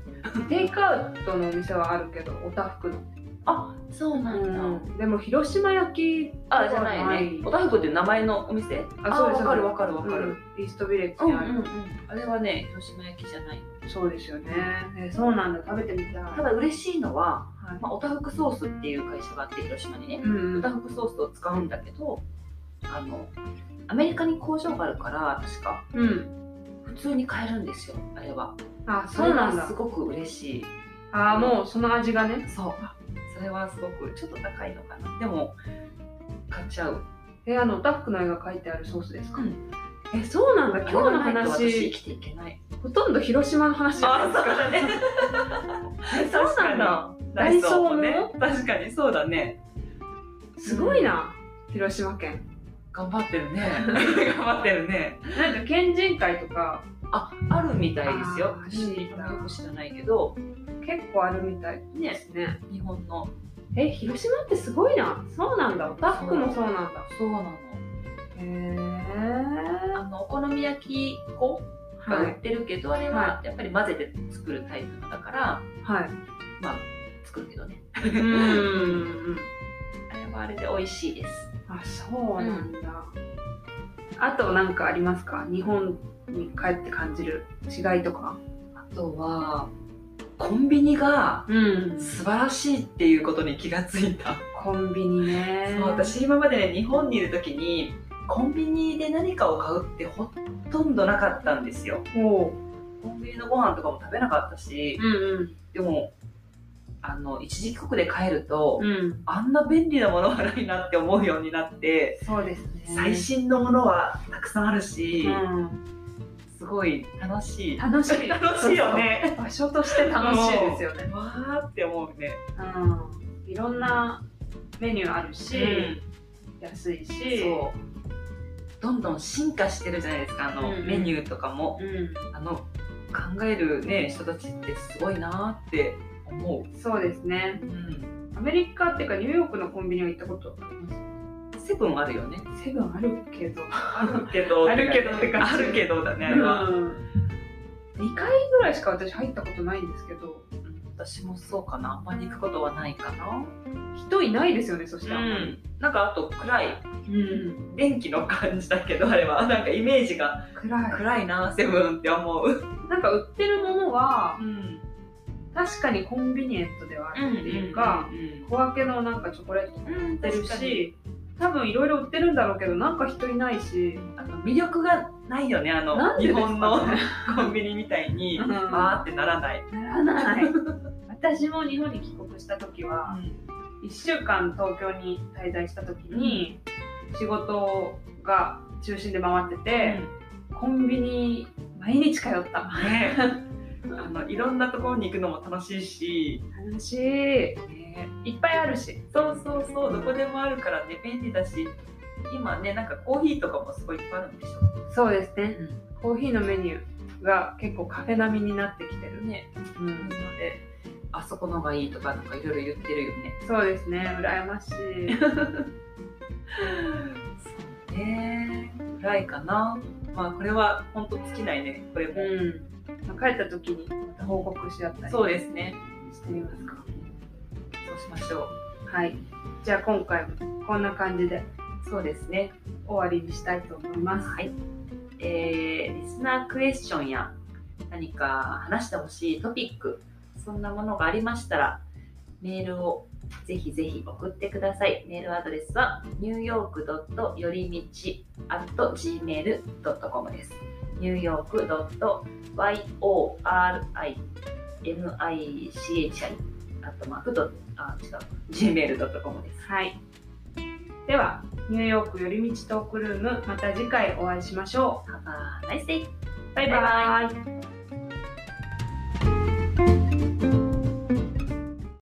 Speaker 1: テイクアウトのお店はあるけどおたふくの、
Speaker 2: あそうな
Speaker 1: うんでも広島焼き
Speaker 2: あじゃないねおたふくっていう名前のお店
Speaker 1: あそうです
Speaker 2: わかるわかるわ
Speaker 1: わ
Speaker 2: か
Speaker 1: か
Speaker 2: る
Speaker 1: る、イーストビレッジ
Speaker 2: うん
Speaker 1: に
Speaker 2: う
Speaker 1: ある、
Speaker 2: んうん、あれはね広島焼きじゃない
Speaker 1: そうですよねえそうなんだ食べてみたい、
Speaker 2: ただ嬉しいのは、
Speaker 1: はい
Speaker 2: まあ、おたふくソースっていう会社があって広島にね
Speaker 1: うんう
Speaker 2: お
Speaker 1: ん
Speaker 2: たふくソースを使うんだけどあのアメリカに工場があるから確か
Speaker 1: うん
Speaker 2: 普通に買えるんですよあれは
Speaker 1: あそうなん
Speaker 2: れが
Speaker 1: だ
Speaker 2: すごく嬉しい
Speaker 1: あーもうその味がね
Speaker 2: そうそれはすごくちょっと高いのかなでも買っちゃう
Speaker 1: えあのおたふくの絵が描いてあるソースですか、
Speaker 2: うん
Speaker 1: えそうなんだ今日の
Speaker 2: あれがないと私生
Speaker 1: 話
Speaker 2: きていけない
Speaker 1: ほとんど広島の話じゃないですか [laughs]
Speaker 2: だね
Speaker 1: えそうなんだ
Speaker 2: ダイソ
Speaker 1: ダ
Speaker 2: ーも
Speaker 1: イ
Speaker 2: ね
Speaker 1: ソ
Speaker 2: 確かにそうだね
Speaker 1: すごいな、広島県
Speaker 2: 頑張って
Speaker 1: [laughs]
Speaker 2: るね頑張ってるね
Speaker 1: なんか県人会とか
Speaker 2: ああるみたいですよ
Speaker 1: あー
Speaker 2: 私
Speaker 1: いいな
Speaker 2: よく知らないけど
Speaker 1: 結構あるみたいですね
Speaker 2: 日本の
Speaker 1: え広島ってすごいなそうなんだオタフクもそうなんだ
Speaker 2: そうなの
Speaker 1: へえ
Speaker 2: あのお好み焼き粉が
Speaker 1: は
Speaker 2: 売
Speaker 1: い
Speaker 2: ってるけど、あれはやっぱり混ぜて作るタイプのだから
Speaker 1: はい
Speaker 2: 作るけどね
Speaker 1: うーん
Speaker 2: あれはあれで美味しいです
Speaker 1: あそうなんだ、あとなんかありますか日本に帰って感じる違いとか
Speaker 2: あとはコンビニが
Speaker 1: うん
Speaker 2: 素晴らしいっていうことに気がついた
Speaker 1: コンビニね
Speaker 2: そう私今までね日本にいる時にコンビニで何かを買うってほとんどなかったんですよ
Speaker 1: おう
Speaker 2: コンビニのご飯とかも食べなかったし
Speaker 1: うん
Speaker 2: でもあの一時帰国で帰ると、
Speaker 1: うんうん
Speaker 2: あんな便利なものはないなって思うようになって、
Speaker 1: そうですね
Speaker 2: 最新のものはたくさんあるし、
Speaker 1: うん、
Speaker 2: すごい楽しい
Speaker 1: 楽しい
Speaker 2: [laughs] 楽しいよね
Speaker 1: 場所として楽しいですよね。
Speaker 2: わーって思うね、
Speaker 1: うん、いろんなメニューあるし、安いし、
Speaker 2: そうどんどん進化してるじゃないですかあの、
Speaker 1: うん
Speaker 2: メニューとかも
Speaker 1: う
Speaker 2: あの考えるね人たちってすごいなーって思
Speaker 1: ん、そうですね
Speaker 2: う、。
Speaker 1: アメリカっていうかニューヨークのコンビニは行ったことありま
Speaker 2: セブンあるよね
Speaker 1: す。セブンあるけど、
Speaker 2: あるけど
Speaker 1: あるけどって感じ
Speaker 2: あるけどだねあれは、
Speaker 1: うん、2回ぐらいしか私入ったことないんですけど、
Speaker 2: 私もそうかなあんまり行くことはないかな
Speaker 1: 人いないですよね。そしたら、
Speaker 2: なんかあと暗い
Speaker 1: うん
Speaker 2: 電気の感じだけどあれはなんかイメージが
Speaker 1: 暗い。
Speaker 2: 暗いなセブンって思う
Speaker 1: なんか売ってるものは
Speaker 2: うん
Speaker 1: 確かにコンビニエントではあるっていうか。小分けのなんかチョコレートとか
Speaker 2: うん
Speaker 1: 売ってるし多分いろいろ売ってるんだろうけどなんか人いないし
Speaker 2: あの魅力がないよねあの
Speaker 1: なんで
Speaker 2: 日
Speaker 1: ですか [laughs]
Speaker 2: 本の
Speaker 1: ね
Speaker 2: コンビニみたいに
Speaker 1: うん
Speaker 2: バーってならない、
Speaker 1: ならない私も日本に帰国した時は1週間東京に滞在した時に仕事が中心で回ってて、コンビニ毎日通った
Speaker 2: ねあのいろんなところに行くのも楽しいし、
Speaker 1: 楽しい
Speaker 2: ね、
Speaker 1: いっぱいあるし
Speaker 2: そうそうそうどこでもあるからね便利だし今ねなんかコーヒーとかもすごいいっぱいあるんでしょ
Speaker 1: そうですね、コーヒーのメニューが結構カフェ並みになってきてる、
Speaker 2: ね
Speaker 1: うん、
Speaker 2: なのであそこのがいいとかなんかいろいろ言ってるよね
Speaker 1: そうですね羨まし [laughs] い
Speaker 2: そうねぐらいかなまあこれは本当尽きないねこれも、
Speaker 1: うん、帰った時にまた報告し合ったり
Speaker 2: そうですね
Speaker 1: してみますか
Speaker 2: そうしましょ
Speaker 1: はいじゃあ今回もこんな感じで
Speaker 2: うそうですね
Speaker 1: 終わりにしたいと思います
Speaker 2: はいえーリスナークエスチョンや何か話してほしいトピックそんなものがありましたらメールをぜひぜひ送ってください。メールアドレスは、ニューヨークよりみち .gmail.com です。ニューヨーク .yorimichi アットマークドットあ違う gmail.com です。
Speaker 1: はい。では、ニューヨーク寄り道トークルーム、また次回お会いしましょう。
Speaker 2: Have a nice day!
Speaker 1: バイバイ。
Speaker 2: バイ
Speaker 1: イ